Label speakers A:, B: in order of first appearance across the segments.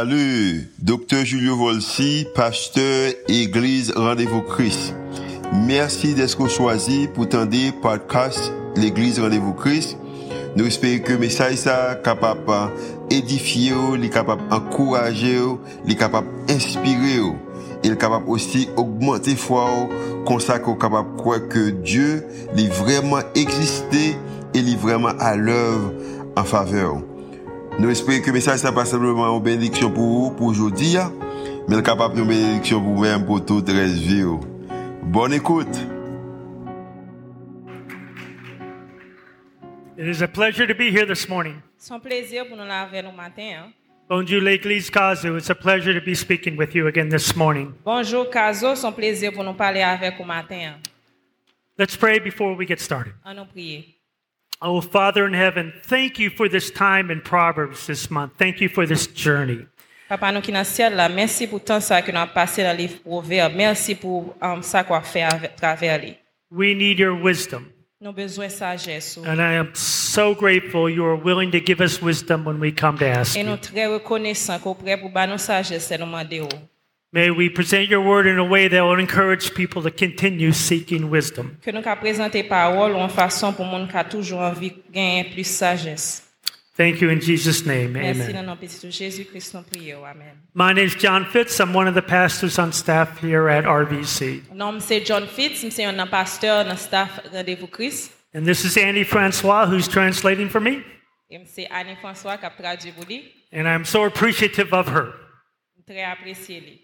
A: Salut, docteur Julio Volsi, pasteur Église Rendez-vous Christ. Merci d'être choisi pour tendre podcast l'Église Rendez-vous Christ. Nous espérons que le message est capable d'édifier, capable d'encourager, capable d'inspirer. Il est capable aussi d'augmenter la foi, consacrer capable de croire que Dieu est vraiment existé et est vraiment à l'œuvre en faveur. Nous espérons que le message n'est pas simplement une bénédiction pour vous, pour aujourd'hui, mais capable une bénédiction pour vous-même, pour toute la vie. Bonne écoute!
B: It is a pleasure to be here this morning.
C: C'est un plaisir pour nous laver le matin. hein.
B: Bonjour, l'Église Kazu. It's a pleasure to be speaking with you again this morning.
C: Bonjour, Kazo. C'est un plaisir pour nous parler avec vous matin. hein.
B: Let's pray before we get started.
C: On nous prier.
B: Oh, Father in heaven, thank you for this time in Proverbs this month. Thank you for this journey.
C: Papa, nous qui dans le ciel, là, merci pour tant ça que nous avons passé dans le livre Proverbe. Merci pour um, ça qu'on a fait avec- travers lui.
B: We need your wisdom.
C: Nous avons besoin de sagesse. oh.
B: And I am so grateful you are willing to give us wisdom when we come to ask
C: Et nous
B: you.
C: sommes très reconnaissants qu'on prêt pour nous sagesse et nous demander. oh.
B: May we present your word in a way that will encourage people to continue seeking wisdom.
C: Que nous avons présenté parole en façon pour monde qui a toujours envie de gagner plus de sagesse.
B: Thank you in Jesus' name.
C: Merci dans
B: Amen.
C: le nom de petit Jésus-Christ, nous prions. oh, Amen.
B: My name is John Fitz. I'm one of the pastors on staff here at RVC.
C: Nom c'est John Fitz, je suis un pasteur dans le staff Rendez-vous Christ.
B: And this is Andy Francois who's translating for me,
C: Et c'est Annie François qui a traduit pour lui.
B: and I'm so appreciative of her.
C: Je très apprécié lui.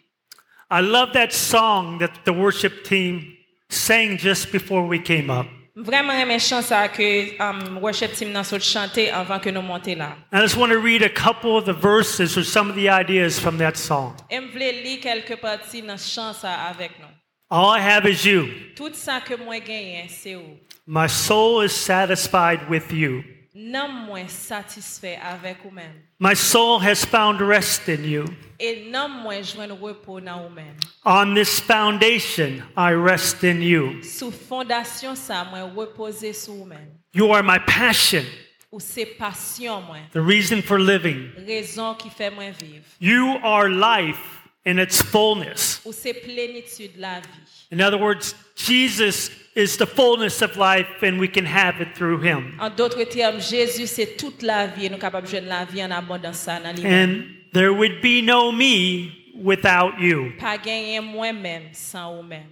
B: I love that song that the worship team sang just before we came up.
C: Je vraiment aimé chance à que um, worship team nous chanter avant que nous montions là.
B: I just want to read a couple of the verses or some of the ideas from that song.
C: Et je voulais lire quelques parties dans ce chant ça avec nous.
B: All I have is you.
C: Tout ça que moi gagne, c'est où?
B: My soul is satisfied with you.
C: Non moi satisfait avec vous-même.
B: My soul has found rest in you.
C: Et non moi joint repos dans vous-même.
B: On this foundation, I rest in you.
C: Sous fondation ça, moi reposer sur vous-même.
B: You are my passion,
C: Ou c'est passion moi.
B: the reason for living.
C: Raison qui fait moi vivre.
B: You are life in its fullness.
C: Ou c'est plénitude la vie.
B: In other words, Jesus is the fullness of life, and we can have it through him.
C: En d'autres termes, Jésus, c'est toute la vie et nous sommes capables de jouer la vie en abondance ça dans lui.
B: And there would be no me without you.
C: Pas gagner moi-même sans vous-même.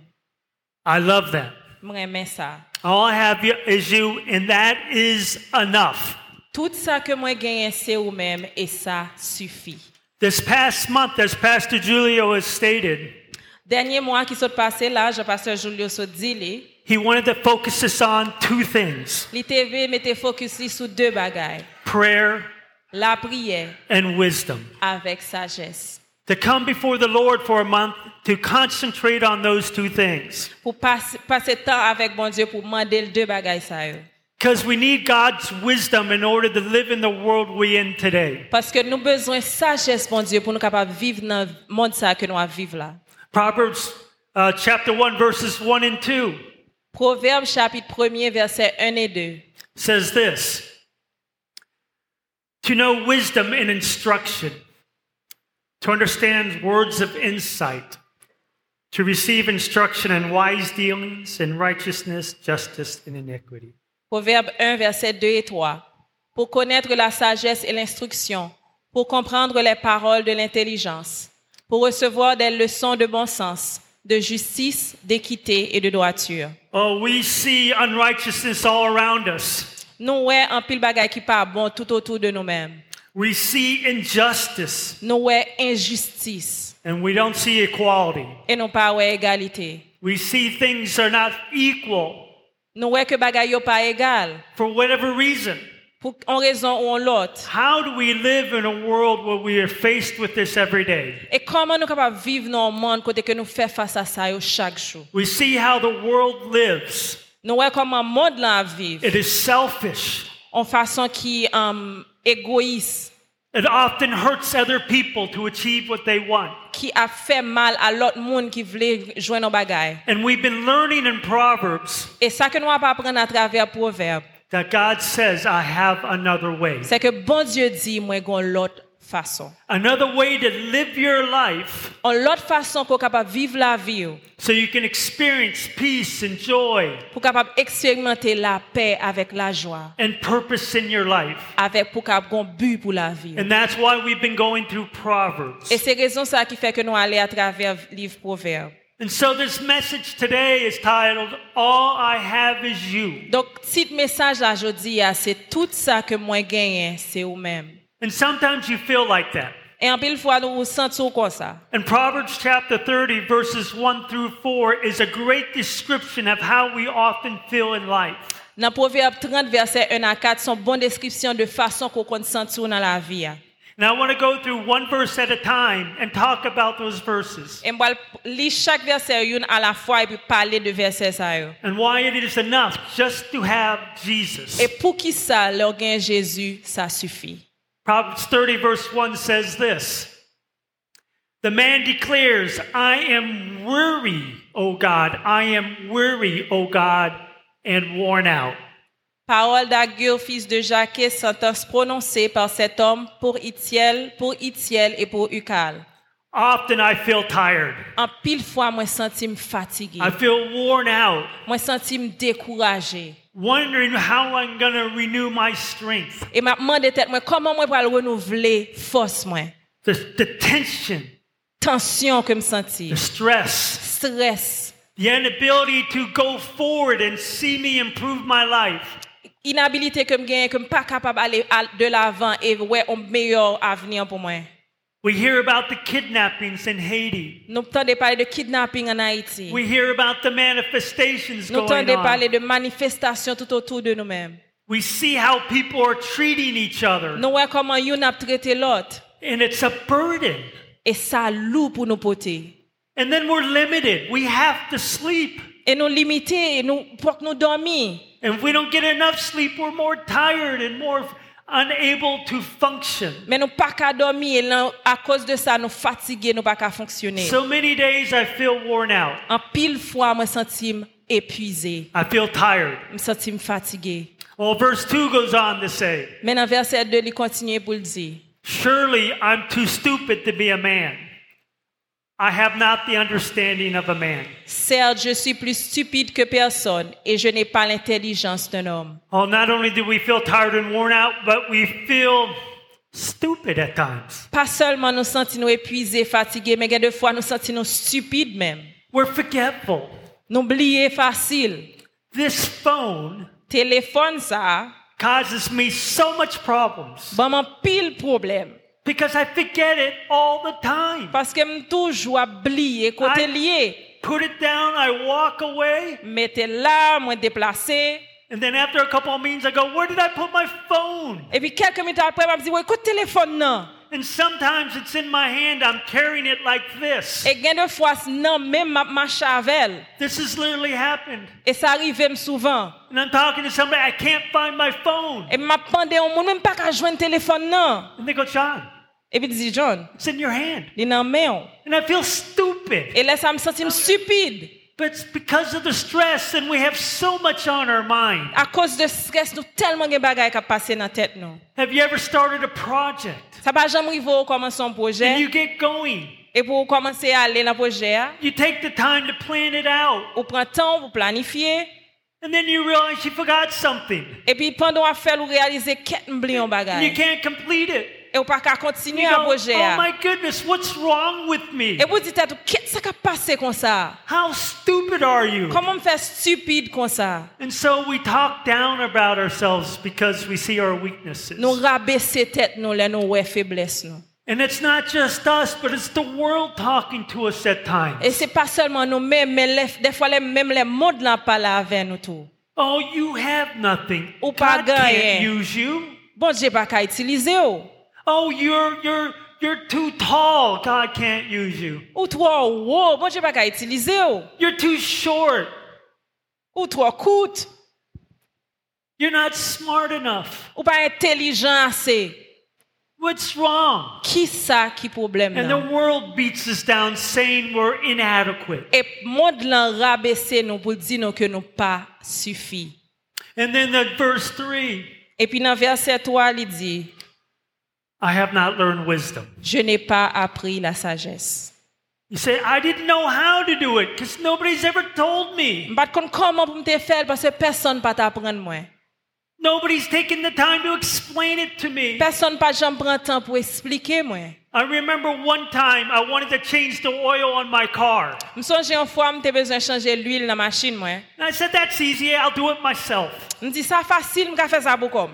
B: I love that.
C: Moi-même ça.
B: All I have you- is you, and that is enough.
C: Tout ça que moi gagne, c'est vous-même et ça suffit.
B: This past month, as Pastor Julio has stated,
C: Dernier mois qui s'est passé là, je pasteur Julio so dit li,
B: he wanted to focus us on two things
C: li TV mette focus li sou deux bagailles.
B: prayer
C: La prière
B: and wisdom.
C: avec sagesse.
B: To come before the Lord for a month to concentrate on those two things.
C: Pour passer passer temps avec bon Dieu pour demander le deux bagailles ça yo.
B: Because we need God's wisdom in order to live in the world we in today.
C: Parce que nous besoin sagesse bon Dieu pour nous capables vivre dans le monde ça que nous a vivre là.
B: Proverbs uh, chapter 1, verses 1 and 2
C: Proverbe chapitre 1er verset 1 et 2.
B: says this To know wisdom and instruction, to understand words of insight, to receive instruction in wise dealings, in righteousness, justice, and iniquity.
C: Proverbe 1 verset 2 et 3. Pour connaître la sagesse et l'instruction, pour comprendre les paroles de l'intelligence, pour recevoir des leçons de bon sens, de justice, d'équité et de droiture.
B: Oh, we see unrighteousness all around us.
C: Nous ouais un pile bagay qui pas bon tout autour de nous-mêmes.
B: We see injustice,
C: Nous ouais injustice
B: and we don't see equality.
C: et non pas ouais égalité.
B: We see things are not equal
C: Nous ouais que bagay yo pas égal
B: for whatever reason.
C: pour en raison ou en l'autre.
B: How do we live in a world where we are faced with this every day?
C: Et comment nous capables de vivre dans un monde côté que nous faisons face à ça yo chaque jour?
B: We see how the world lives.
C: Nous voyons comment le monde là vivre
B: It is selfish.
C: en façon qui um, égoïste,
B: It often hurts other people to achieve what they want.
C: qui a fait mal à l'autre monde qui voulait joindre nos bagailles.
B: And we've been learning in Proverbs
C: Et ça que nous avons apprendre à travers le proverbe,
B: that God says, I have another way.
C: c'est que bon Dieu dit, moi, j'ai l'autre fason.
B: Another way to live your life
C: An lot fason pou kapap vive la vi yo,
B: so you can experience peace and joy
C: pou kapap eksperimente la pe avèk la jwa,
B: and purpose in your life.
C: avèk pou kap gon bu pou la vi yo.
B: And that's why we've been going through Proverbs.
C: E se rezon sa ki fè ke nou ale a traver liv proverb.
B: And so this message today is titled, All I Have Is You.
C: Donk, tit mesaj la jodi ya, se tout sa ke mwen genyen, se ou mèm.
B: And sometimes you feel like that.
C: E an pil fwa nou ou sentou kon sa.
B: And Proverbs chapter 30, verses 1 through 4, is a great description of how we often feel in life.
C: Nan Proverb 30, verset 1 à 4, son bon deskripsyon de fason kon kon sentou nan la hein. vi ya.
B: And I want to go through one verse at a time and talk about those verses
C: E mbal li chak verset yon a la fwa e pi pale de verset hein. sa yo.
B: and why it is enough just to have Jesus.
C: E pou ki sa lor gen Jezu, sa sufi.
B: Proverbs 30, verse 1 says this The man declares, I am weary, O God, I am weary, O God, and worn out.
C: Parole d'Agur, fils de Jacques, sentence prononcée par cet homme pour Itiel, pour Itiel et pour Ucal.
B: Often I feel tired,
C: An pil fwa mwen senti m fatige.
B: I feel worn out,
C: Mwen senti m dekouraje.
B: wondering how I'm going to renew my strength.
C: E map mande tet mwen, koman mwen pral renouvle fos mwen?
B: The, the tension,
C: Tensyon ke m senti.
B: the stress,
C: Stres.
B: the inability to go forward and see me improve my life.
C: Inabilite ke m genye, ke m pa kapab ale al- de l'avan e wè on meyor avenir pou mwen.
B: We hear about the kidnappings in Haiti.
C: Nou tande pale de kidnapping an Haiti.
B: We hear about the manifestations
C: Nou
B: going
C: tande
B: on.
C: pale de manifestasyon tout autour de nou men.
B: We see how people are treating each other,
C: Nou wè koman yon ap trete lot.
B: and it's a burden.
C: E sa lou pou nou pote.
B: And then we're limited. We have to sleep.
C: E nou limite, e nou pok nou dormi.
B: And if we don't get enough sleep, we're more tired and more unable to function.
C: Men nou pa ka dormi e lan a koz de sa nou fatige nou pa ka fonksyone.
B: So many days I feel worn out.
C: an pil fwa mwen sentim epuize.
B: I feel tired.
C: Mwen sentim fatige.
B: Well, verse 2 goes on to say,
C: Men nan verset 2 li kontinye pou l di.
B: Surely I'm too stupid to be a man. I have not the understanding of a man.
C: Serge, je suis plus stupide que personne et je n'ai pas l'intelligence d'un homme.
B: Well, Oh, not only do we feel tired and worn out, but we feel stupid at times.
C: Pas seulement nous senti nous épuisés, fatigués, mais des fois nous senti nous stupides même.
B: We're forgetful.
C: Nous oublions facile.
B: This phone
C: Téléphone ça,
B: causes me so much problems
C: bon mon pile problème.
B: because I forget it all the time.
C: Parce que me toujours oublié côté
B: I-
C: lié.
B: Put it down, I walk away,
C: Mettez là, moi déplacé.
B: and then after a couple of meetings, I go, Where did I put my phone?
C: Et puis quelques minutes après, m'a dit, ouais, écoute téléphone non.
B: And sometimes it's in my hand, I'm carrying it like this.
C: Et gain de fois non même m'a marché avec elle.
B: This has literally happened.
C: Et ça arrivait me souvent.
B: And I'm talking to somebody, I can't find my phone.
C: Et m'a pendé au monde même pas qu'à joindre téléphone non.
B: And they go, John,
C: Et puis dit John,
B: it's in your hand.
C: il nan main.
B: And I feel stupid.
C: Et là ça me sentir stupide.
B: But it's because of the stress, and we have so much on our mind.
C: À cause de stress, nous tellement de bagages qui passent dans la tête. Nous.
B: Have you ever started a project?
C: Ça va jamais arriver au commencer un
B: And
C: projet.
B: you get going.
C: Et pour commencer à aller dans le projet, hein,
B: You take the time to plan it out.
C: on prend temps pour planifier.
B: And then you realize you forgot something.
C: Et puis pendant à faire, on réalise qu'est-ce que nous
B: And you
C: bagage.
B: can't complete it.
C: Et on pas qu'à
B: And
C: continuer
B: you
C: à
B: go,
C: projet.
B: oh
C: hein.
B: my goodness, what's wrong with me?
C: Et vous dites à tout, qu'est-ce qui a passé comme ça?
B: How stupid are you?
C: Comment me faire stupide comme ça?
B: And so we talk down about ourselves because we see our weaknesses.
C: Nous rabaisser tête nous là nous ouais faiblesse nous.
B: And it's not just us, but it's the world talking to us at times.
C: Et c'est pas seulement nous mêmes mais les- des fois les, même les modes là parlent avec nous tout.
B: Oh, you have nothing.
C: Ou
B: God
C: pa
B: can't
C: ganyen.
B: use you.
C: Bon Dieu pas qu'à utiliser oh.
B: Oh, you're you're you're too tall. God can't use you.
C: Ou toi, oh, wow, bon Dieu pas qu'à utiliser. Ou,
B: You're too short.
C: ou toi, coûte.
B: You're not smart enough.
C: Ou pas intelligent assez.
B: What's wrong?
C: Qui ça qui problème
B: And
C: là?
B: the world beats us down saying we're inadequate.
C: Et monde là rabaisser nous pour dire nous que nous pas suffit.
B: And then the verse 3,
C: Et puis dans verset 3, il dit
B: I have not learned wisdom.
C: Je n'ai pas appris la sagesse.
B: You say, I didn't know how to do it because nobody's ever told me.
C: Mbat kon koman pou mte fel pase person pa ta pren mwen.
B: Nobody's taken the time to explain it to me.
C: Person pa jom pren tan pou esplike mwen.
B: I remember one time I wanted to change the oil on my car.
C: Msonje yon fwa mte bezwen chanje l'huil nan masjin mwen.
B: And I said, That's easy, I'll do it myself.
C: Mdi sa fasil mka fe sa pou kom.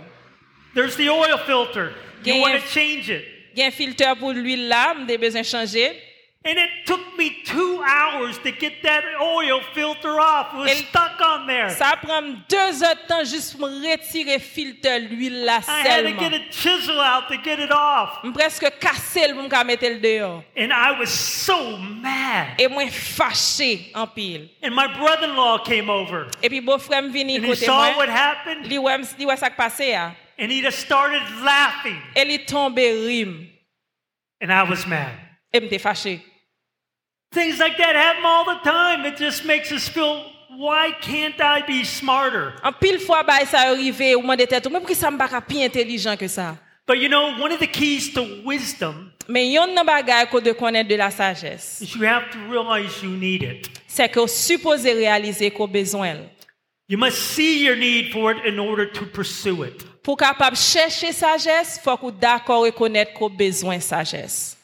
B: There's the oil filter. You
C: Yeah,
B: want
C: yeah.
B: to change it.
C: Gen filter pou l'huil la, mte bezwen chanje.
B: And it took me two hours to get that oil filter off. It was
C: And-
B: stuck on there.
C: Sa pren m 2 an tan jist pou m retire filter l'huil la
B: I had to get
C: selman.
B: a chisel out to get it off.
C: M preske kase l pou m ka metel deyo.
B: And I was so mad.
C: E mwen fache an pil.
B: And my brother in law came over.
C: E pi bo frem vini
B: And he
C: kote
B: saw what
C: mwen.
B: happened.
C: Li wè, m- li wè sak pase ya.
B: And he just started laughing.
C: E li tombe rim.
B: And I was mad.
C: E m te fache.
B: Things like that happen all the time. It just makes us feel, why can't I be smarter?
C: An pil fwa bay sa yo rive ou man de tèt ou mwen pou ki sa m baka pi intelijan ke sa.
B: But you know, one of the keys to wisdom
C: Men yon nan bagay ko de konen de la sajes.
B: is you have to realize you need it.
C: Se ke ou suppose realize ko bezwen el.
B: You must see your need for it in order to pursue it.
C: Pou kapab chèche sajes, fòk ou d'akor rekonèt ko bezwen sajes.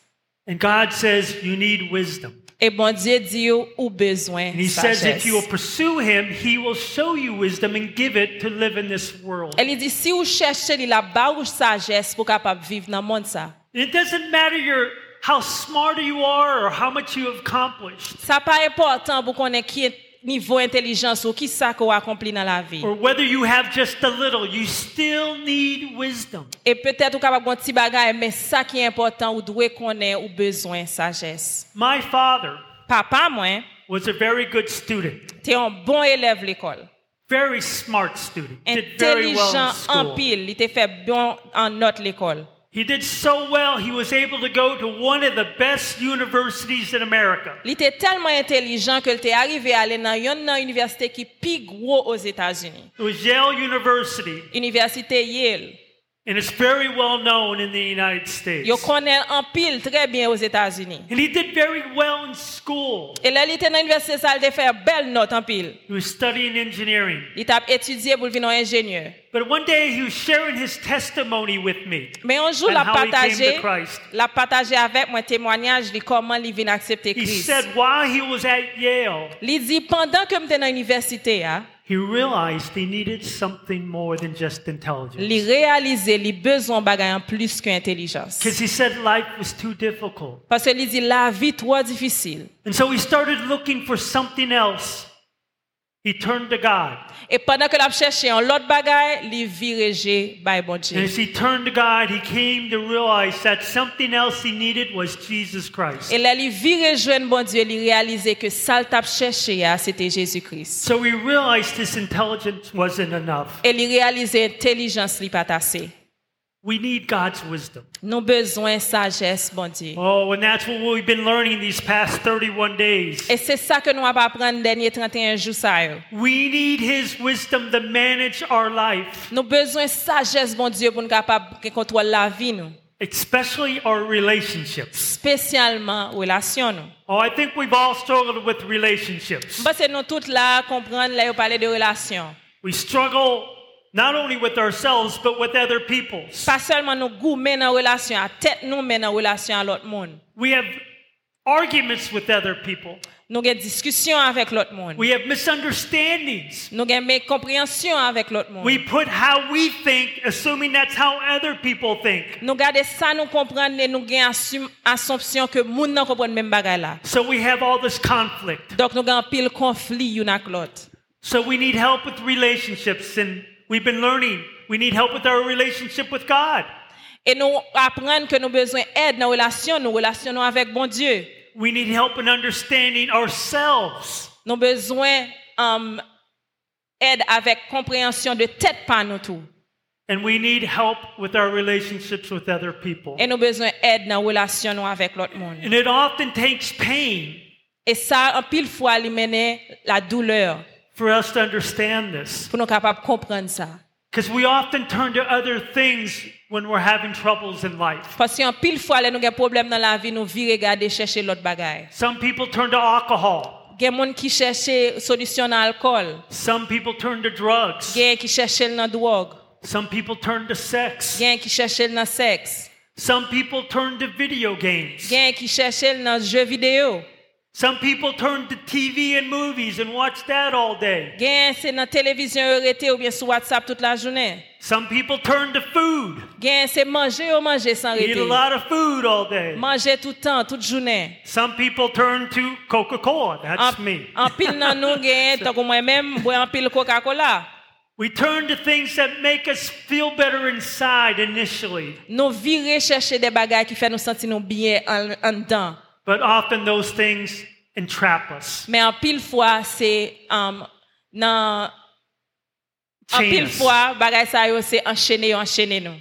B: And God says you need wisdom.
C: E bon Diyo di yo ou bezwen
B: And He says if
C: sajes.
B: you will pursue Him, He will show you wisdom and give it to live in this world.
C: El li di si ou chèche li la ba ou sajes pou kapab viv nan moun sa.
B: It doesn't matter your how smart you are or how much you have accomplished
C: Sa pa important pou konen ki nivou intelijans ou ki sa ko akompli nan la vi.
B: or whether you have just a little. You still need wisdom.
C: E petèt ou kapab gon ti bagay, men sa ki important ou dwe konen ou bezwen sajes.
B: My father
C: Papa mwen,
B: was a very good student,
C: te yon bon eleve l'ekol.
B: very smart student. Did very well in
C: Intelijant an
B: school.
C: pil, li te fe bon an not l'ekol.
B: He did so well, he was able to go to one of the best universities in America.
C: Li te telman intelijan ke li te arrive ale nan yon nan universite ki pi gwo os Etats-Unis.
B: It was Yale University,
C: Universite Yale.
B: and it's very well known in the United States.
C: Yo konen an pil tre bien os Etats-Unis.
B: And he did very well in school.
C: E lè li te nan universite sa li te fe bel not an pil.
B: He was studying engineering.
C: Li tap etudye pou l'vi nan enjenyeur.
B: But one day he was sharing his testimony with me.
C: Men yonjou
B: And
C: la
B: how he
C: pataje,
B: came to Christ.
C: la pataje avek mwen temwanyaj li koman li vin
B: He
C: aksepte Kris.
B: said while he was at Yale,
C: Li di, pandan ke mte nan universite ya,
B: he realized he needed something more than just
C: li
B: intelligence.
C: realize li bezon bagay an plus ke intelijans.
B: Because he said life was too difficult.
C: Paske li di la vi tro difisil.
B: And so he started looking for something else. He turned to God.
C: E pandan ke l ap chèche an lot bagay, li vireje bay bon
B: And
C: Dje.
B: as he turned to God, he came to realize that something else he needed was Jesus Christ.
C: E la li virejwen bon Dje, li realize ke sal tap chèche ya, sete Jésus-Kris.
B: So he realized his intelligence wasn't enough.
C: E li realize intelijans li patase.
B: We need God's wisdom.
C: Nou bezwen sajes bon Dje.
B: Oh, and that's what we've been learning these past 31 days.
C: E se sa ke nou ap apren denye 31 jou sa yo.
B: We need his wisdom to manage our life,
C: Nou bezwen sajes bon Diyo pou nou kapab ke kontrol la vi nou.
B: especially our relationships.
C: Spesyalman relasyon nou.
B: Oh, I think we've all struggled with relationships.
C: Mba se nou tout la kompren la yo pale de relasyon.
B: We struggle not only with ourselves, but with other people.
C: Pa selman nou gou men nan relasyon, a tet nou men nan relasyon a lot moun.
B: We have arguments with other people.
C: Nou gen diskusyon avèk lot moun.
B: We have misunderstandings.
C: Nou gen men komprensyon avèk lot moun.
B: We put how we think, assuming that's how other people think.
C: Nou gade sa nou kompren ne nou gen asum, asompsyon ke moun nan kompren men bagay la.
B: So we have all this conflict.
C: Dok nou gen pil konflik yon ak lot.
B: So we need help with relationships, and we've been learning we need help with our relationship with God.
C: E nou apren ke nou bezwen ed nan relasyon nou, relasyon nou avèk bon Diyo.
B: We need help in understanding ourselves.
C: Nou bezwen um, ed avèk komprehensyon de tèt pa nou tou.
B: And we need help with our relationships with other people.
C: E nou bezwen ed nan relasyon nou avèk lot moun.
B: And it often takes pain
C: E sa, an pil fwa li mene la douleur
B: for us to understand this.
C: pou nou kapap kompren sa.
B: Because we often turn to other things when we're having troubles in life.
C: Fasi an pil fwa le nou gen problem nan la vi nou vire gade chèche lot bagay.
B: Some people turn to alcohol.
C: Gen moun ki chèche solisyon nan alkol.
B: Some people turn to drugs.
C: Gen ki chèche l nan drog.
B: Some people turn to sex.
C: Gen ki chèche l nan seks.
B: Some people turn to video games.
C: Gen ki chèche l nan jeu video.
B: Some people turn to TV and movies and watch that all day.
C: Gen se nan televizyon yo rete ou bien sou WhatsApp tout la jounen.
B: Some people turn to food.
C: Gen se manje yo manje san
B: Eat a
C: rete.
B: lot of food all day.
C: Manje toutan, tout jounen.
B: Some people turn to Coca-Cola. That's
C: An,
B: me.
C: an pil nan nou gen, tako mwen men, mwen an pil Coca-Cola.
B: We turn to things that make us feel better inside initially,
C: Nou vire chèche de bagay ki fè nou senti nou byen an, an dan.
B: but often those things entrap us.
C: Men an pil fwa se um, nan... An
B: chain
C: pil
B: us.
C: fwa bagay sa yo se enchene yo enchene nou.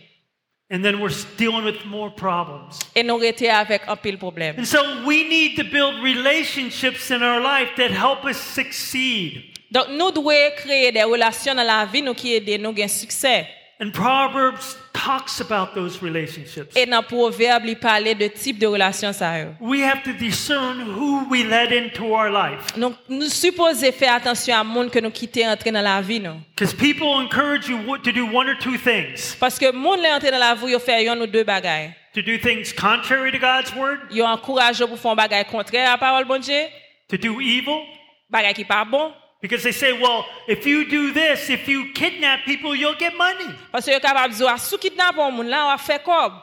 B: And then we're s- dealing with more problems.
C: E nou rete avèk an pil problem.
B: And so we need to build relationships in our life that help us succeed.
C: Donk nou dwe kreye de relasyon nan la vi nou ki ede nou gen suksè.
B: And Proverbs talks about those relationships.
C: E nan proverb li pale de tip de relasyon sa yo.
B: We have to discern who we let into our life.
C: Nou, nou suppose fè atensyon a moun ke nou kite entre nan la vi nou.
B: Because people encourage you wo- to do one or two things
C: Paske moun le entre nan la vi yo fè yon ou dwe bagay.
B: to do things contrary to God's word,
C: Yo ankouraje pou fon bagay kontre a parol bon Dje,
B: to do evil.
C: bagay ki pa bon.
B: Because they say, well, if you do this, if you kidnap people, you'll get money.
C: Paske yo kapab zo a sou kidnap an moun la, ou a fe kob.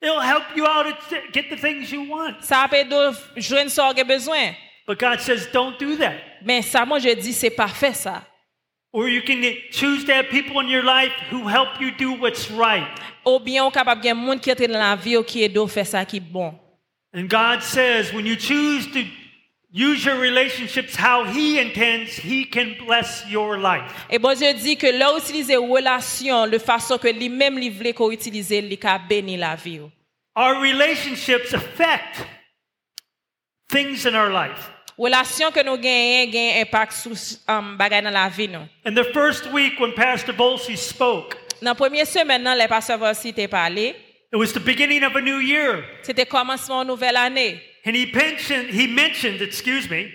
B: It'll help you out to t- get the things you want.
C: Sa apè do jwen so ge bezwen.
B: But God says, don't do that.
C: Men sa moun je di se pa fe sa.
B: Or you can choose to have people in your life who help you do what's right.
C: Ou bien ou kapab gen moun ki entre nan la vi ou ki e do fe sa ki bon.
B: And God says, when you choose to use your relationships how He intends, He can bless your life.
C: E bon Dje di ke lò utilize relasyon de fason ke li mèm li vle ko utilize li ka beni la vi ou.
B: Our relationships affect things in our life.
C: Relasyon ke nou genyen gen impak sou um, bagay nan la vi nou.
B: In the first week when Pastor Bolsey spoke,
C: Nan premye semen nan, le pasavor si te pale,
B: it was the beginning of a new year.
C: C'était commencement nouvelle année.
B: And he mentioned, he mentioned, excuse me,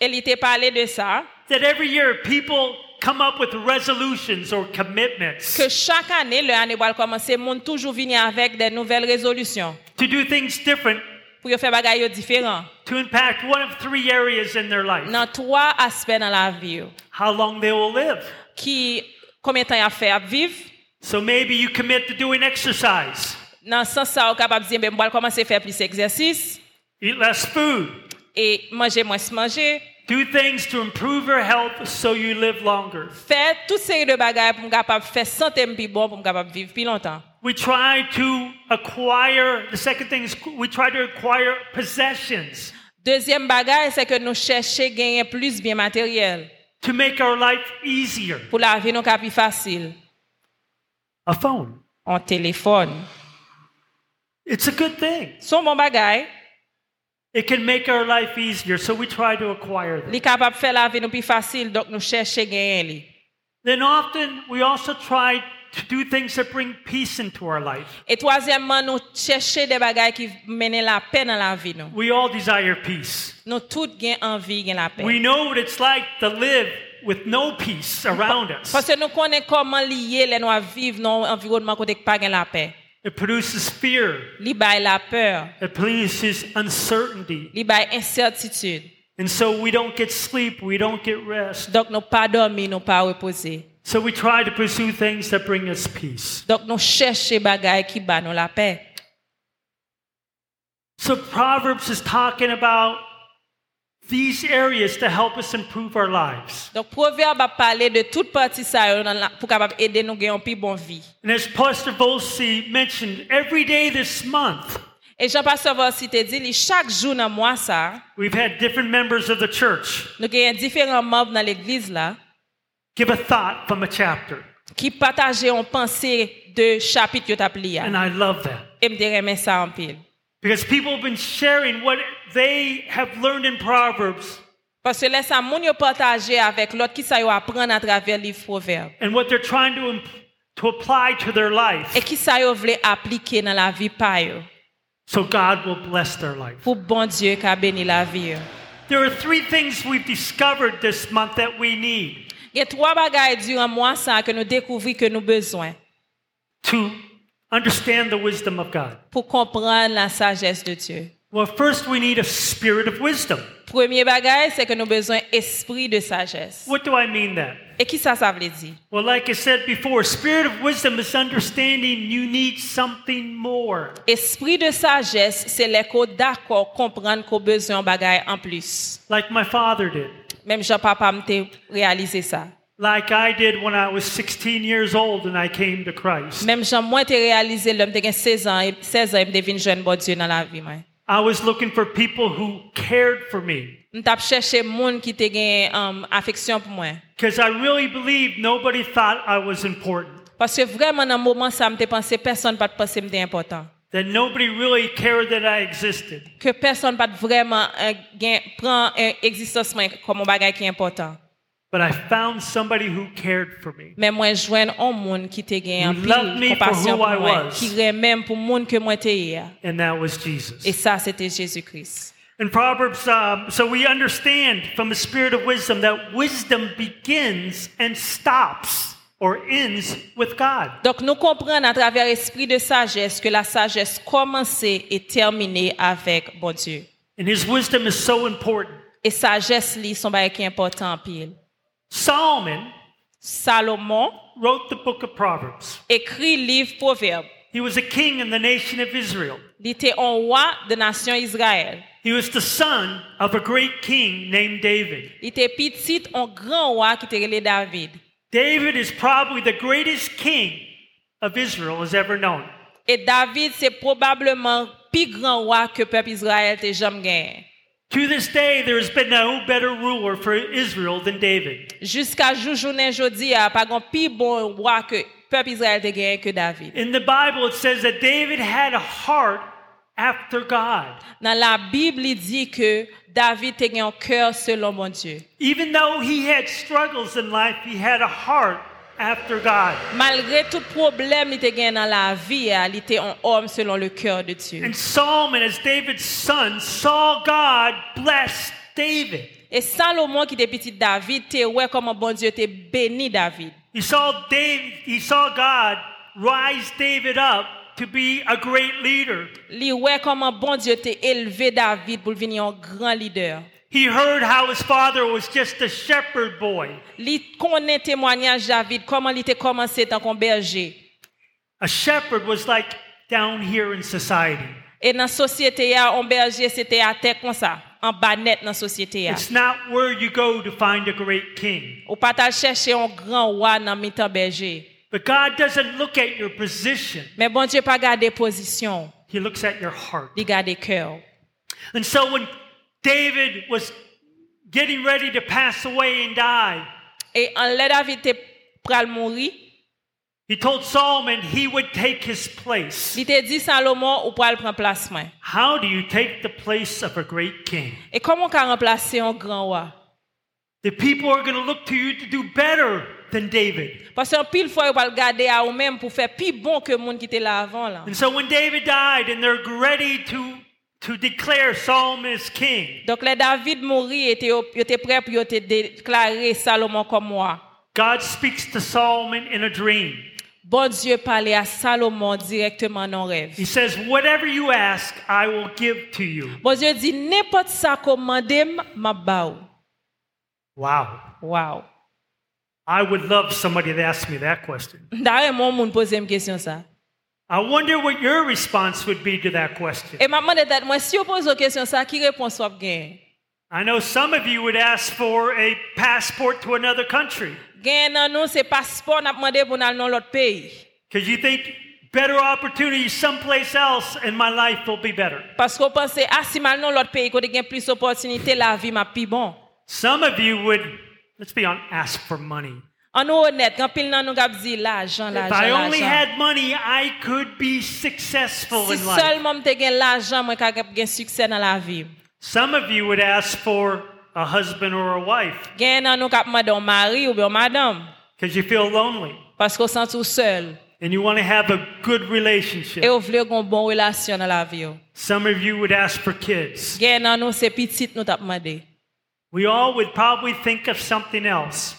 C: Elle était parlé de ça,
B: that every year people come up with resolutions or commitments
C: que chaque année, le année va commencer, moun toujours venir avec des nouvelles résolutions
B: to do things different
C: pour yo faire bagay yo différent.
B: to impact one of three areas in their life
C: Dans trois aspects dans la vie, yo.
B: how long they will live.
C: qui, combien de temps y a fait à vivre,
B: So maybe you commit to doing exercise,
C: dans ce sens ça, on capable de dire, ben, moi, commencer à faire plus d'exercice
B: eat less food,
C: et manger moins manger.
B: do things to improve your health so you live longer.
C: Faire toute série de bagages pour me capable faire santé plus bon, pour me capable vivre plus longtemps.
B: We try to acquire, the second thing is we try to acquire possessions
C: Deuxième bagage, c'est que nous cherchons à gagner plus bien matériel
B: to make our life easier.
C: pour la vie nous plus facile.
B: A phone.
C: an telefon.
B: It's a good thing.
C: Son bon bagay,
B: It can make our life easier, so we try to acquire them.
C: li kapap fè la vi nou pi fasil, dok nou chèche genyen li.
B: Then often we also try to do things that bring peace into our life.
C: E toazyèmman, nou chèche de bagay ki menen la pe nan la vi nou.
B: We all desire peace.
C: Nou tout gen anvi gen la pe.
B: We know what it's like to live with no peace around us.
C: Paske nou konen koman liye le nou a viv nan environman kote ki pa gen la pe.
B: It produces fear.
C: Li bay la peur,
B: It produces uncertainty.
C: li bay incertitude.
B: And so we don't get sleep. We don't get rest.
C: Dok nou pa dormi, nou pa repose.
B: So we try to pursue things that bring us peace.
C: Dok nou chèche bagay ki ba nou la pe.
B: So Proverbs is talking about these areas to help us improve our lives.
C: Dok proverb ap pale de tout pati sa yo nan euh, la, pou kapap ede nou gen yon pi bon vi.
B: And as Pastor Volsi mentioned, every day this month,
C: Et Jean-Pasteur Vossi te di li chak jou nan mwa sa,
B: we've had different members of the church
C: nou genyen diferent mob nan l'eglize la,
B: give a thought from a chapter.
C: ki pataje yon panse de chapit yo tap li ya.
B: And I love that
C: E mde remen sa an pil.
B: because people have been sharing what they have learned in Proverbs
C: Paske lè sa moun yo pataje avèk lot ki sa yo apren a traver liv proverb.
B: and what they're trying to im- to apply to their life
C: E ki sa yo vle aplike nan la vi pa yo.
B: so God will bless their life.
C: Pou bon Diyo ka beni la vi yo.
B: There are three things we've discovered this month that we need
C: Gen twa bagay duran mwa sa ke nou dekouvri ke nou bezwen
B: to understand the wisdom of God.
C: pou kompran la sagesse de Diyo.
B: Well, first, we need a spirit of wisdom.
C: Premier bagay se ke nou bezwen espri de sagesse.
B: What do I mean that?
C: E ki sa sa vle di?
B: Well, like I said before, spirit of wisdom is understanding you need something more.
C: Espri de sagesse se le ko d'akor kompran ko bezwen bagay an plus.
B: like my father did,
C: Mem jan papa mte realize sa.
B: like I did when I was 16 years old and I came to Christ.
C: Mem jan mwen te realize lom te gen 16 an, e- 16 an m devin jwen bon Diyo nan la vi mwen.
B: I was looking for people who cared for me
C: M tap chèche moun ki te gen um, afeksyon pou mwen.
B: because I really believed nobody thought I was important,
C: Paske vreman nan mouman sa m te panse, person pat panse m te important.
B: that nobody really cared that I existed.
C: Ke person pat vreman eh, gen, pran eh, existence mwen komon bagay ki important.
B: But I found somebody who cared for me.
C: Men mwen jwen an moun ki te gen an
B: You
C: pil
B: loved me for
C: kompasyon
B: who I
C: pou mwen,
B: was.
C: ki remem pou moun ke mwen te ye.
B: And that was
C: E
B: Jesus.
C: sa, se te Jésus-Christ.
B: In Proverbs, um, so we understand from the spirit of wisdom that wisdom begins and stops or ends with God.
C: Donc nous comprenons à travers l'esprit de sagesse que la sagesse commençait et terminait avec bon Dieu.
B: And his wisdom is so important.
C: Et sagesse li son bagay ki important an pil.
B: Solomon
C: Salomon
B: wrote the book of Proverbs.
C: écrit livre Proverbe.
B: He was a king in the nation of Israel.
C: Li te an roi de nation Israël.
B: He was the son of a great king named David.
C: Li te pitit an gran roi ki te rele David.
B: David is probably the greatest king of Israel has ever known.
C: Et David se probableman pi gran roi ke pep Israël te jam gen.
B: To this day, there has been no better ruler for Israel than David.
C: Juska jou jounen jodi a, pa gon pi bon roi ke pep Israël te gen ke David.
B: In the Bible, it says that David had a heart after God.
C: Nan la Bib li di ke David te gen an kèr selon bon Diyo.
B: Even though he had struggles in life, he had a heart after God.
C: Malgre tout problem li te gen nan la vi a, li te an om selon le kèr de Diyo.
B: And Solomon, as David's son, saw God bless David.
C: E Salomon ki te pitit David, te wè koman bon Diyo te beni David.
B: He saw David, he saw God rise David up to be a great leader.
C: Li wè koman bon Diyo te eleve David pou vini an gran lider.
B: He heard how his father was just a shepherd boy,
C: Li konen témoignage David, koman li te komanse tan kon berje.
B: a shepherd was like down here in society.
C: E nan sosyete ya, an berje se te ate kon sa, an banet nan sosyete ya.
B: It's not where you go to find a great king.
C: Ou pa tal chèche an gran wwa nan mitan berje.
B: But God doesn't look at your position,
C: Men bon Diyo pa gade pozisyon,
B: He looks at your heart.
C: li gade kèw.
B: And so when David was getting ready to pass away and die,
C: E an lè David te pral mouri,
B: He told Solomon he would take his place.
C: li te di Salomon ou pral pran plasman.
B: How do you take the place of a great king?
C: E komon ka remplase an gran wwa?
B: The people are going to look to you to do better than David.
C: Pase an pil fwa yo pal gade a ou men pou fè pi bon ke moun ki te la avan la.
B: And so when David died and they're ready to, to declare Solomon as king,
C: Donk le David mouri, ete yo, yo te pre pou yo te deklare Salomon kom mwa.
B: God speaks to Solomon in a dream.
C: Bon Diyo pale a Salomon direktman nan rev.
B: He says, Whatever you ask, I will give to you.
C: Bon Diyo di, nepot sa komandem, ma ba ou.
B: Wow.
C: Waw.
B: I would love somebody to ask me that question.
C: Dare moun moun pose m kesyon sa.
B: I wonder what your response would be to that question.
C: E maman de tat mwen, si yo pose yo kesyon sa, ki repons wap gen?
B: I know some of you would ask for a passport to another country
C: Gen nan nou se paspon ap mande pou nan nan lot peyi.
B: because you think better opportunity someplace else and my life will be better.
C: Paske ou pense, ah, si mal nan lot peyi, kote gen plis opotinite, la vi ma pi bon.
B: Some of you would, let's be honest, ask for money.
C: An nou honet, kan pil nan nou gap di, l'ajan,
B: If
C: l'ajan,
B: I only
C: l'ajan.
B: had money, I could be successful
C: Si
B: in life.
C: solman mte gen l'ajan, mwen ka gap gen suksen nan la vi.
B: Some of you would ask for a husband or a wife
C: Gen nan nou kap mande ou mari ou be ou madame.
B: because you feel lonely
C: Parce qu'on sent tout seul.
B: and you want to have a good
C: Et
B: relationship.
C: on veut qu'on bon relation dans la vie.
B: Some of you would ask for kids.
C: Gen nan nou se pitit nou tap mande.
B: We all would probably think of something else.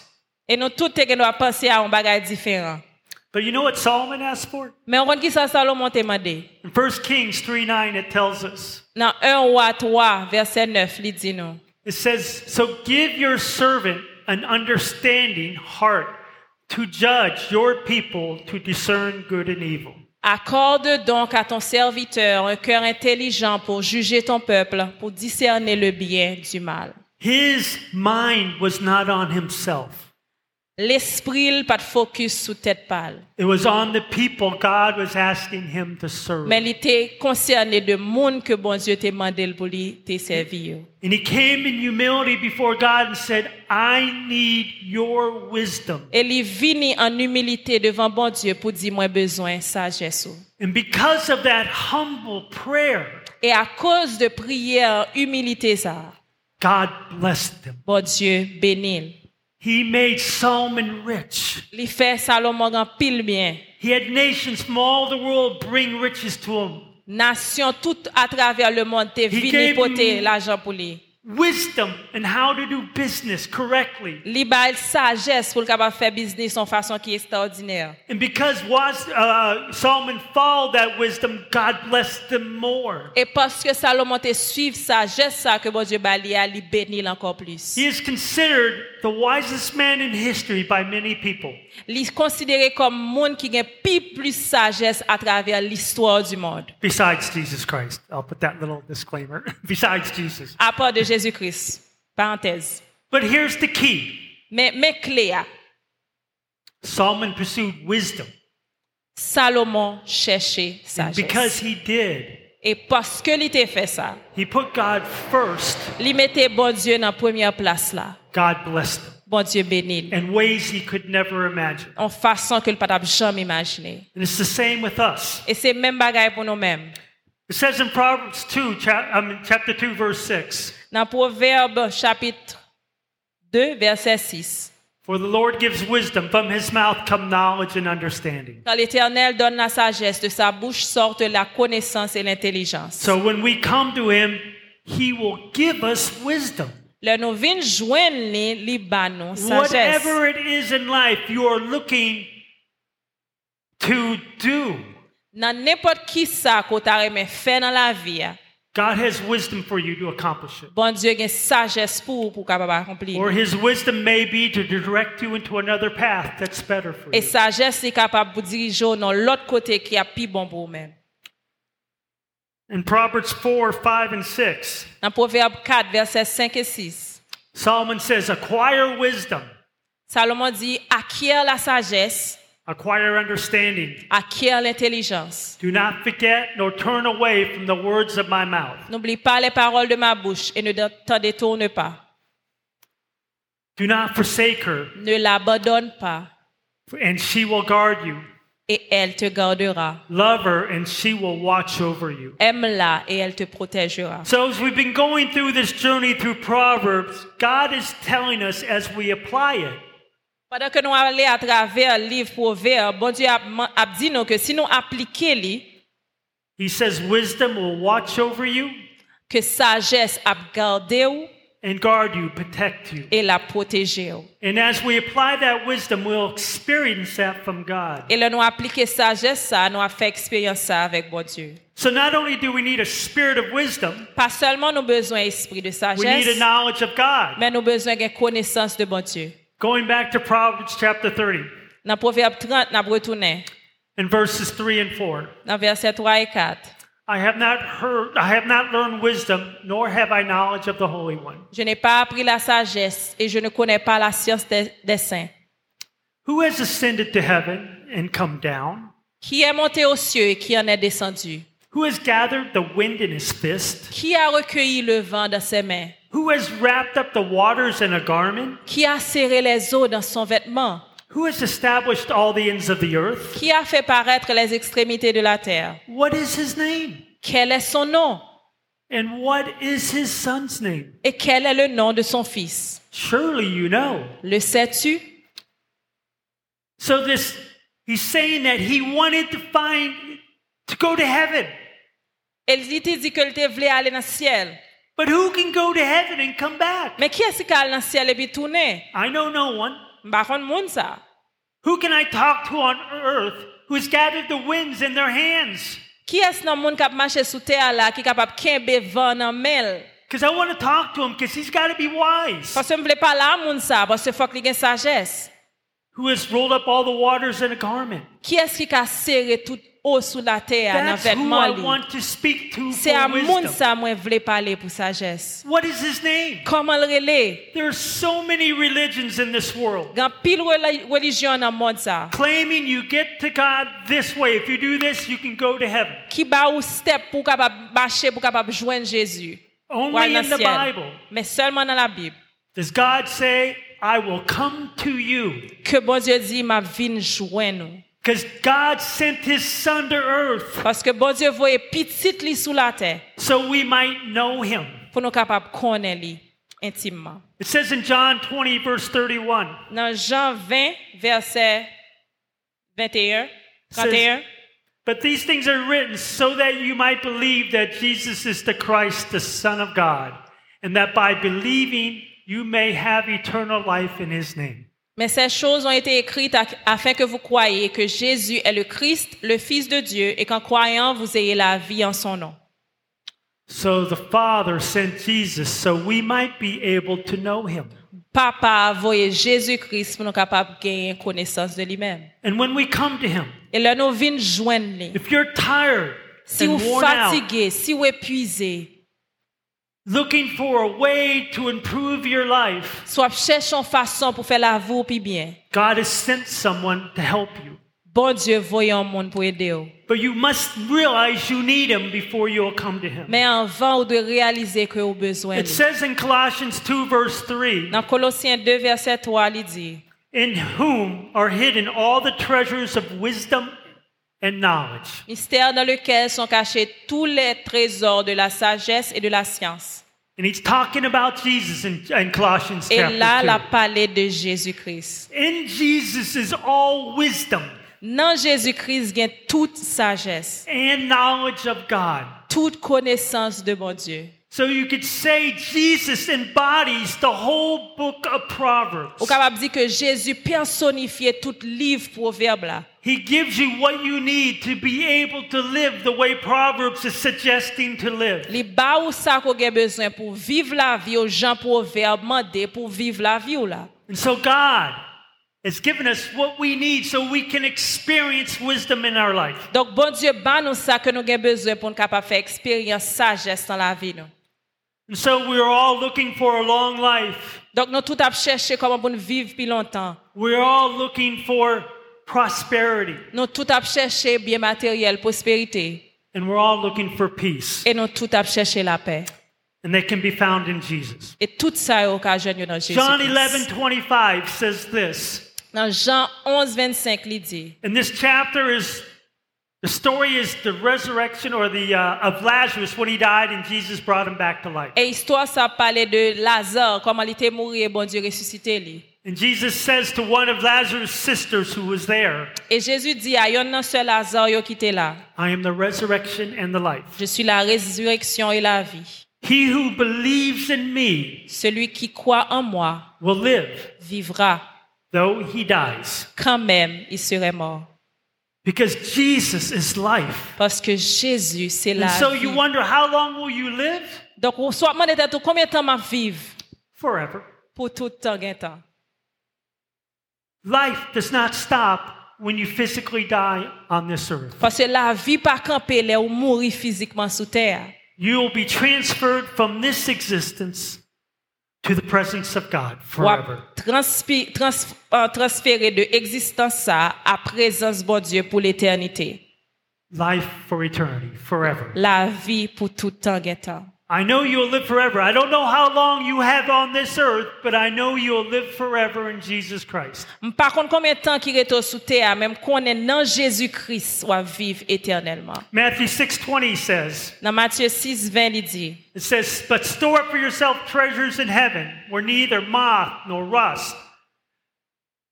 C: Et nou tout te gen nou a pense a un bagay diferent.
B: But you know what Solomon asked for?
C: Men on kon ki sa Salomon te mande.
B: In 1 Kings 3 9, it tells us.
C: Nan 1 Roi 3, verset 9, li di nou.
B: It says, So give your servant an understanding heart to judge your people, to discern good and evil.
C: Accorde donc à ton serviteur un cœur intelligent pour juger ton peuple, pour discerner le bien du mal.
B: His mind was not on himself,
C: L'esprit il pas de focus sous tête pâle,
B: it was on the people God was asking him to serve.
C: mais il était concerné de monde que bon Dieu t'a demandé pour lui te servir.
B: And he came in humility before God and said, I need your wisdom.
C: Et il vini en humilité devant bon Dieu pour dire moi besoin sagesse. ou.
B: And because of that humble prayer,
C: Et à cause de prière humilité ça,
B: God blessed him.
C: bon Dieu bénit.
B: He made Solomon rich.
C: Il fait Salomon en pile bien.
B: He had nations from all the world bring riches to him.
C: Nation toute à travers le monde t'est
B: He
C: vini
B: gave
C: porter
B: me-
C: l'argent pour lui.
B: Wisdom and how to do business correctly.
C: Li ba el sagesse pour le capable faire business en façon qui est extraordinaire.
B: And because was, uh, Solomon followed that wisdom, God blessed them more.
C: Et parce que Salomon te suive sagesse ça que bon Dieu ba li a li béni encore plus.
B: He is considered the wisest man in history by many people.
C: Li considéré comme monde qui gagne plus plus sagesse à travers l'histoire du monde.
B: Besides Jesus Christ. I'll put that little disclaimer. Besides Jesus.
C: À part de Jésus-Christ. Parenthèse.
B: But here's the key
C: Mais mais clé a,
B: Solomon pursued wisdom.
C: Salomon cherchait
B: And because
C: sagesse.
B: he did,
C: Et parce que li te fait ça,
B: he put God first,
C: li mettait bon Dieu dans première place là.
B: God blessed him.
C: Bon Dieu béni.
B: in ways he could never imagine.
C: En façon que le patap jamais imaginé.
B: And it's the same with us.
C: Et c'est même bagaille pour nous-mêmes.
B: It says in Proverbs 2, chap- I mean, chapter 2, verse 6
C: Dans Proverbe chapitre 2, verset 6.
B: For the Lord gives wisdom, from his mouth come knowledge and understanding.
C: Quand l'Éternel donne la sagesse, de sa bouche sortent la connaissance et l'intelligence.
B: So when we come to him, he will give us wisdom.
C: Le nous vin joindre li, li ba nous sagesse.
B: Whatever it is in life you are looking to do,
C: Dans n'importe qui ça qu'on t'a remis faire dans la vie, ah,
B: God has wisdom for you to accomplish it.
C: bon Dieu a sagesse pour pour capable accomplir.
B: Or his wisdom may be to direct you into another path that's better for
C: Et
B: you.
C: sagesse est capable de vous diriger dans l'autre côté qui a plus bon pour vous-même.
B: In Proverbs 4, 5, and 6,
C: Dans Proverbe 4, verset 5 et 6.
B: Solomon says, acquire wisdom,
C: Salomon dit, acquiert la sagesse,
B: acquire understanding.
C: acquiert l'intelligence.
B: Do not forget nor turn away from the words of my mouth.
C: N'oublie pas les paroles de ma bouche et ne t'en détourne pas.
B: Do not forsake her,
C: Ne l'abandonne pas
B: and she will guard you.
C: et elle te gardera.
B: Love her, and she will watch over you.
C: Aime-la et elle te protégera.
B: So, as we've been going through this journey through Proverbs, God is telling us as we apply it,
C: Pendant que nous allons à travers le livre Proverbe, bon Dieu a, a dit nous que si nous appliquons lui,
B: He says, Wisdom will watch over you
C: que sagesse a gardé ou
B: and guard you, protect you.
C: et la protéger. ou.
B: And as we apply that wisdom, we'll experience that from God.
C: Et là, nous appliquer sagesse ça, nous a fait expérience ça avec bon Dieu.
B: So not only do we need a spirit of wisdom,
C: Pas seulement nous besoin esprit de
B: we need
C: sagesse,
B: a knowledge of God.
C: mais nous besoin d'une connaissance de bon Dieu.
B: Going back to Proverbs chapter 30
C: Dans Proverbe 30, nous retourné
B: and verses 3 and 4.
C: dans verset 3 et 4.
B: I have not heard I have not learned wisdom, nor have I knowledge of the Holy One.
C: Je n'ai pas appris la sagesse et je ne connais pas la science des, des saints.
B: Who has ascended to heaven and come down?
C: Qui est monté aux cieux et qui en est descendu?
B: Who has gathered the wind in his fist?
C: Qui a recueilli le vent dans ses mains?
B: Who has wrapped up the waters in a garment?
C: Qui a serré les eaux dans son vêtement?
B: Who has established all the ends of the earth?
C: Qui a fait paraître les extrémités de la terre?
B: What is his name?
C: Quel est son nom?
B: And what is his son's name?
C: Et quel est le nom de son fils?
B: Surely you know.
C: Le sais-tu?
B: So this he's saying that he wanted to find to go to heaven.
C: El te di ke l te vle ale nan siel.
B: But who can go to heaven and come back?
C: Men ki esi ka ale nan siel epi toune?
B: I know no one.
C: Mba kon moun sa.
B: Who can I talk to on earth who's gathered the winds in their hands?
C: Ki es nan moun kap mache sou te ala ki kapap kenbe van nan mel?
B: Because I want to talk to him because he's got to be wise.
C: Pase m vle pala a moun sa, pase fok li gen sajes.
B: Who has rolled up all the waters in a garment?
C: Ki es ki ka sere tout o sou la te a nan
B: That's who I
C: vetman li?
B: want to speak to
C: Se a
B: for
C: moun
B: wisdom.
C: sa mwen vle pale pou sajes.
B: What is his name?
C: Koman l rele?
B: There are so many religions in this world
C: Gan pil rela- religyon nan moun sa.
B: claiming you get to God this way. If you do this, you can go to heaven.
C: Ki ba ou step pou kapap bache pou kapap jwen Jezu. Ou al
B: Only
C: nan
B: in the
C: siel.
B: Bible
C: Men selman nan la Bib.
B: does God say, I will come to you.
C: Ke bon Diyo di ma vin jwen nou.
B: Because God sent his son to earth
C: Paske bon Diyo voye pitit li sou la te.
B: so we might know him.
C: pou nou kapap konen li intimman.
B: It says in John 20, verse 31.
C: Nan Jean 20, verset 21, 31,
B: But these things are written so that you might believe that Jesus is the Christ, the Son of God, and that by believing you may have eternal life in his name.
C: mais ces choses ont été écrites ac- afin que vous croyiez que Jésus est le Christ, le Fils de Dieu, et qu'en croyant, vous ayez la vie en son nom.
B: So the Father sent Jesus so we might be able to know him.
C: Papa a envoyé Jésus-Christ pour nous capables de gagner connaissance de lui-même.
B: And when we come to him,
C: Et là, nous venons joindre lui.
B: if you're tired
C: Si vous
B: and worn out,
C: fatigué, si vous épuisé,
B: looking for a way to improve your life,
C: soit cherchons façon pour faire la vous puis bien.
B: God has sent someone to help you.
C: Bon Dieu, voyons un monde pour aider. vous.
B: But you must realize you need him before you'll come to him.
C: Mais avant, vous devez réaliser que vous avez besoin.
B: It
C: de lui.
B: says in Colossians 2, verse 3
C: Dans Colossiens 2, verset 3, il dit
B: In whom are hidden all the treasures of wisdom and knowledge.
C: Mystère dans lequel sont cachés tous les trésors de la sagesse et de la science.
B: And he's talking about Jesus in, in Colossians
C: Et là, la
B: chapter
C: palais de Jésus-Christ.
B: 2. In Jesus is all wisdom
C: Dans Jésus-Christ, il y a toute sagesse,
B: and knowledge of God.
C: toute connaissance de mon Dieu.
B: So you could say Jesus embodies the whole book of Proverbs.
C: Vous capable de dire que Jésus personnifiait tout livre proverbe là.
B: He gives you what you need to be able to live the way Proverbs is suggesting to live.
C: Li ba ou sa qu'on a besoin pour vivre la vie aux gens proverbe, mandé pour vivre la vie ou là.
B: And so God has given us what we need so we can experience wisdom in our life.
C: Donc, bon Dieu, ban nous ça que nous avons besoin pour nous capables de faire expérience sagesse dans la vie. Nous.
B: And so we're all looking for a long life.
C: Donc, nous tout à chercher comment pour nous vivre plus longtemps.
B: We're all looking for prosperity.
C: Nous tout à chercher bien matériel, prospérité.
B: And we're all looking for peace.
C: Et nous tout à chercher la paix.
B: And they can be found in Jesus.
C: Et tout ça est occasionné dans Jésus.
B: John 11 25 says this.
C: Dans Jean 11, 25, il dit
B: And this chapter is the story is the resurrection or the uh, of Lazarus when he died and Jesus brought him back to life.
C: Et histoire, ça parlait de Lazare, comment il était mort et bon Dieu ressuscité. Lui.
B: And Jesus says to one of Lazarus' sisters who was there,
C: Et Jésus dit à un seul Lazare yo qui était là
B: I am the resurrection and the life.
C: Je suis la résurrection et la vie.
B: He who believes in me
C: Celui qui croit en moi
B: will live,
C: vivra
B: though he dies.
C: quand même il serait mort.
B: Because Jesus is life.
C: Parce que Jésus, c'est la
B: And so
C: vie.
B: you wonder, how long will you live?
C: Donc, on soit demandé à tout combien de temps ma vivre
B: Forever.
C: pour tout temps, gain temps.
B: Life does not stop when you physically die on this earth.
C: Parce que la vie pas camper là ou mourir physiquement sous terre.
B: You will be transferred from this existence to the presence of God
C: Ou à
B: forever.
C: transpi- trans- euh, transférer de existence ça à présence bon Dieu pour l'éternité.
B: Life for eternity, forever.
C: La vie pour tout temps, gain temps.
B: I know you'll live forever. I don't know how long you have on this earth, but I know you'll live forever in Jesus Christ.
C: Par contre, combien de temps qui retourne sous terre, même qu'on est dans Jésus-Christ, ou vivre éternellement.
B: Matthew 6:20 says,
C: Dans Matthieu 6, 20, il dit,
B: it says, "But store up for yourself treasures in heaven, where neither moth nor rust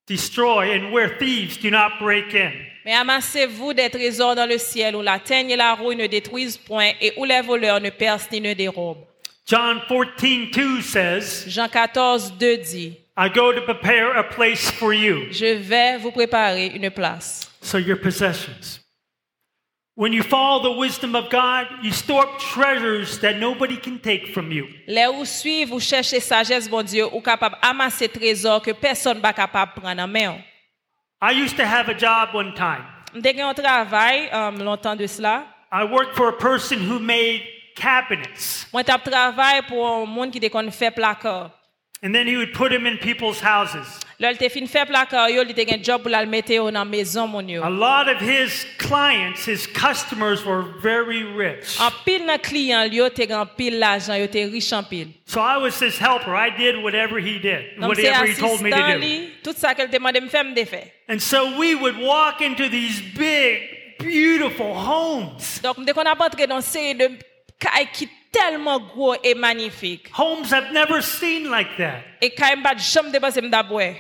B: destroy, and where thieves do not break in.
C: Mais amassez-vous des trésors dans le ciel où la teigne et la rouille ne détruisent point et où les voleurs ne percent ni ne dérobent.
B: John 14, 2 says,
C: Jean 14, 2 dit,
B: I go to prepare a place for you.
C: Je vais vous préparer une place.
B: So your possessions. When you follow the wisdom of God, you store up treasures that nobody can take from you.
C: Les ou suivent ou cherchez sagesse, bon Dieu, ou capable amasser trésors que personne n'est capable de prendre en main.
B: I used to have a job one time.
C: J'ai un travail euh, longtemps de cela.
B: I worked for a person who made cabinets,
C: Moi, tap travail pour un monde qui déconne fait placard.
B: and then he would put them in people's houses.
C: Là, il te fin fait placard, yo, il te gen job pour la mettre dans la maison, mon yo.
B: A lot of his clients, his customers, were very rich.
C: En pile dans client, yo, te gen pile l'argent, yo, te riche en pile.
B: So I was his helper. I did whatever he did,
C: Donc, c'est
B: whatever he told me
C: assistant,
B: to do.
C: li, tout ça qu'elle demande me faire, me défait.
B: And so we would walk into these big, beautiful homes.
C: Donc, me déconne pas entrer dans une série de cailles qui tellement gros et magnifique.
B: Homes I've never seen like that.
C: Et quand je ah, pas jamais dépassé m'daboué.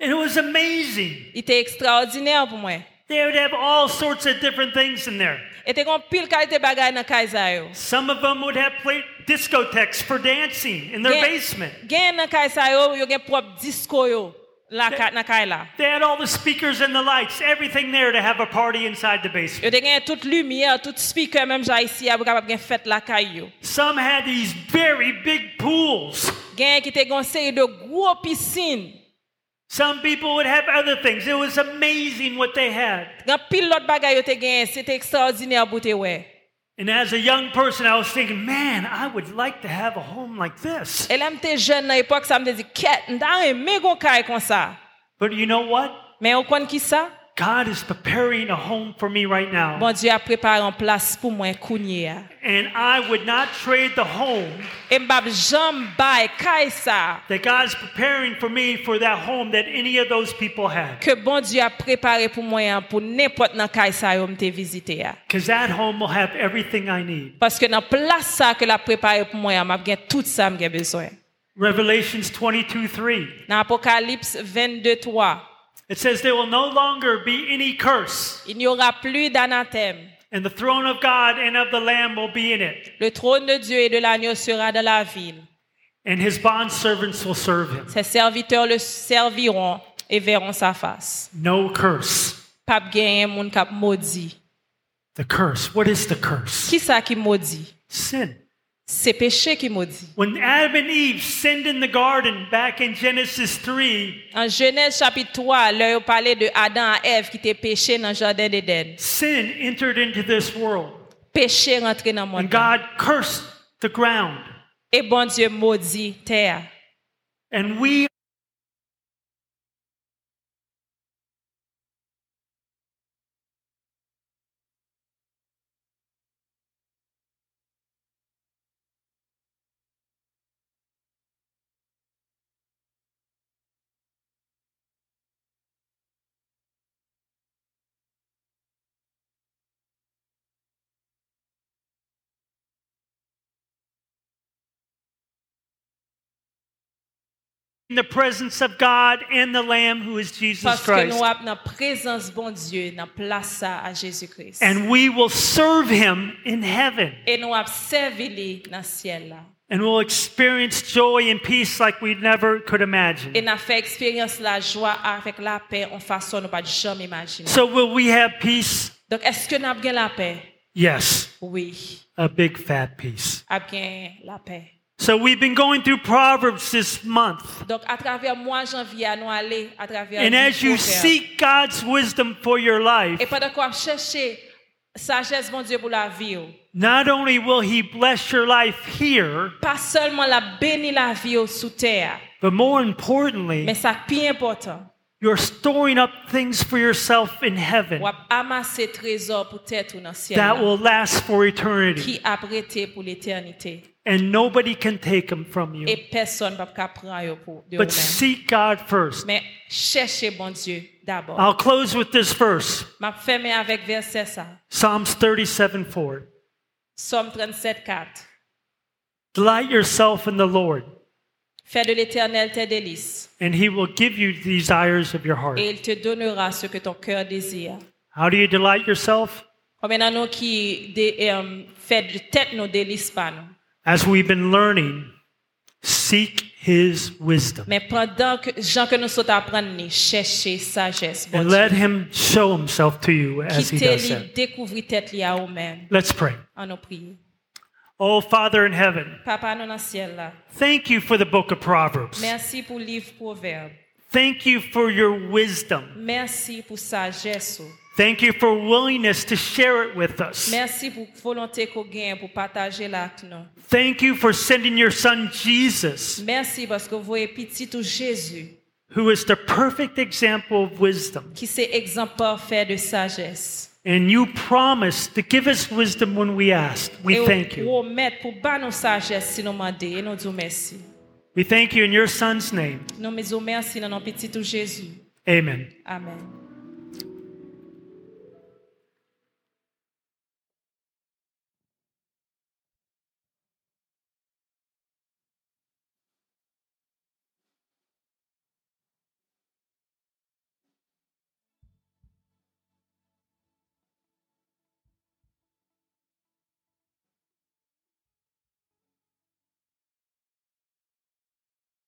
B: And it was amazing.
C: Il était extraordinaire pour moi.
B: They would have all sorts of different things in there.
C: Et t'es gon pile qualité bagaille dans Kaiza yo.
B: Some of them would have play discotheques for dancing in their
C: Gen-
B: basement.
C: Gen dans Kaiza yo, yo gen propre disco yo. La ka, dans Kaila.
B: They had all the speakers and the lights, everything there to have a party inside the
C: Yo
B: basement.
C: te gen toute lumière, tout speaker même j'ai ici a capable gen fête la caille yo.
B: Some had these very big pools.
C: Gen qui t'es gon série de gros piscine.
B: Some people would have other things. It was amazing what they had.
C: Gen pile l'autre bagaille yo te gen, c'était extraordinaire pour te ouais.
B: And as a young person, I was thinking, man, I would like to have a home like this.
C: Et là m'étais jeune dans l'époque ça me dit quête, m'ta aimé gon caille comme ça.
B: But you know what?
C: Mais on compte qui ça?
B: God is preparing a home for me right now.
C: Bon Dieu a préparé en place pour moi kounye. a.
B: And I would not trade the home
C: Et mbap jam bay kay sa
B: that God is preparing for me for that home that any of those people had.
C: ke bon Dieu a préparé pour moi hein, pour n'importe nan kay sa yo m'te visité ya.
B: Because that home will have everything I need.
C: Parce que dans place ça que l'a préparé pour moi, hein, m'a gen tout ça m'a besoin.
B: Revelations 22 3.
C: Dans Apocalypse 22 3,
B: It says, There will no longer be any curse,
C: il n'y aura plus d'anathème.
B: and the throne of God and of the Lamb will be in it,
C: Le trône de Dieu et de l'agneau sera dans la ville.
B: and his bondservants will serve him.
C: Ses serviteurs le serviront et verront sa face.
B: No curse.
C: Pap gen moun kap maudit.
B: The curse. What is the curse?
C: Qui ça qui maudit?
B: Sin.
C: C'est péché qui maudit.
B: When Adam and Eve sinned in the garden back in Genesis 3,
C: En Genèse chapitre 3, là, on parlait de Adam et Ève qui étaient péchés dans le jardin d'Éden.
B: sin entered into this world,
C: Péché rentré dans le
B: and
C: monde.
B: God cursed the ground.
C: Et bon Dieu maudit terre.
B: And we in the presence of God and the Lamb who is Jesus
C: Parce que
B: Christ.
C: nous avons dans la présence bon Dieu, dans la place ça à Jésus-Christ.
B: And we will serve him in heaven.
C: Et nous avons servi lui dans le ciel. là.
B: And we'll experience joy and peace like we never could
C: Et
B: imagine.
C: nous avons fait expérience la joie avec la paix en façon nous pas jamais imaginer.
B: So, will we have peace?
C: Donc, est-ce que nous avons la paix?
B: Yes,
C: Oui,
B: a big fat peace.
C: nous avons la paix.
B: So we've been going through Proverbs this month.
C: Donc, à travers moi, janvier, nous allons à travers
B: And
C: le
B: as you
C: proverbe.
B: seek God's wisdom for your
C: Et
B: life,
C: pendant qu'on cherche sagesse, mon Dieu, pour la vie, oh,
B: not only will He bless your life here,
C: pas seulement la bénir la vie oh, sous terre,
B: but more
C: mais
B: importantly,
C: ça qui est important,
B: you're storing up things for yourself in heaven
C: on amasser trésor pour tête ou dans le ciel,
B: that
C: là,
B: will last for eternity.
C: qui abrité pour l'éternité.
B: And nobody can take them from
C: Et
B: you.
C: personne ne peut prendre yo pour de
B: But
C: vous-même.
B: seek God first.
C: Mais cherchez bon Dieu d'abord.
B: I'll close with this verse
C: Je ferme avec verset ça.
B: Psalms 37 4.
C: Somme 37, 4.
B: Delight yourself in the Lord,
C: Fais de l'Éternel tes délices,
B: and he will give you the desires of your heart.
C: et il te donnera ce que ton cœur désire.
B: How do you delight yourself?
C: Combien d'entre nous qui dé- et, euh, fait de tête nos délices pas nous?
B: As we've been learning, seek his wisdom
C: Mais pendant que gens que nous sommes apprendre, ni chercher sagesse, bon
B: and
C: Dieu,
B: let him show himself to you as he
C: quittez
B: does
C: les
B: that.
C: découvrir tête li à vous-même,
B: Let's pray.
C: en nous prier.
B: Oh, Father in heaven,
C: Papa nous dans le ciel là,
B: thank you for the book of Proverbs.
C: merci pour le livre proverbe,
B: Thank you for your wisdom.
C: merci pour sagesse, ou.
B: Thank you for willingness to share it with us.
C: merci pour volonté qu'on gagne pour partager l'acte non. nous.
B: Thank you for sending your son Jesus,
C: Merci parce que vous voyez petit tout Jésus,
B: who is the perfect example of wisdom.
C: qui c'est exemple parfait de sagesse.
B: And you promised to give us wisdom when we ask.
C: et
B: We
C: vous
B: thank you.
C: promettez pour ba nous sagesse si nous demander et nous disons merci.
B: We thank you in your son's name.
C: Nous nous disons merci dans notre petit tout Jésus.
B: Amen.
C: Amen.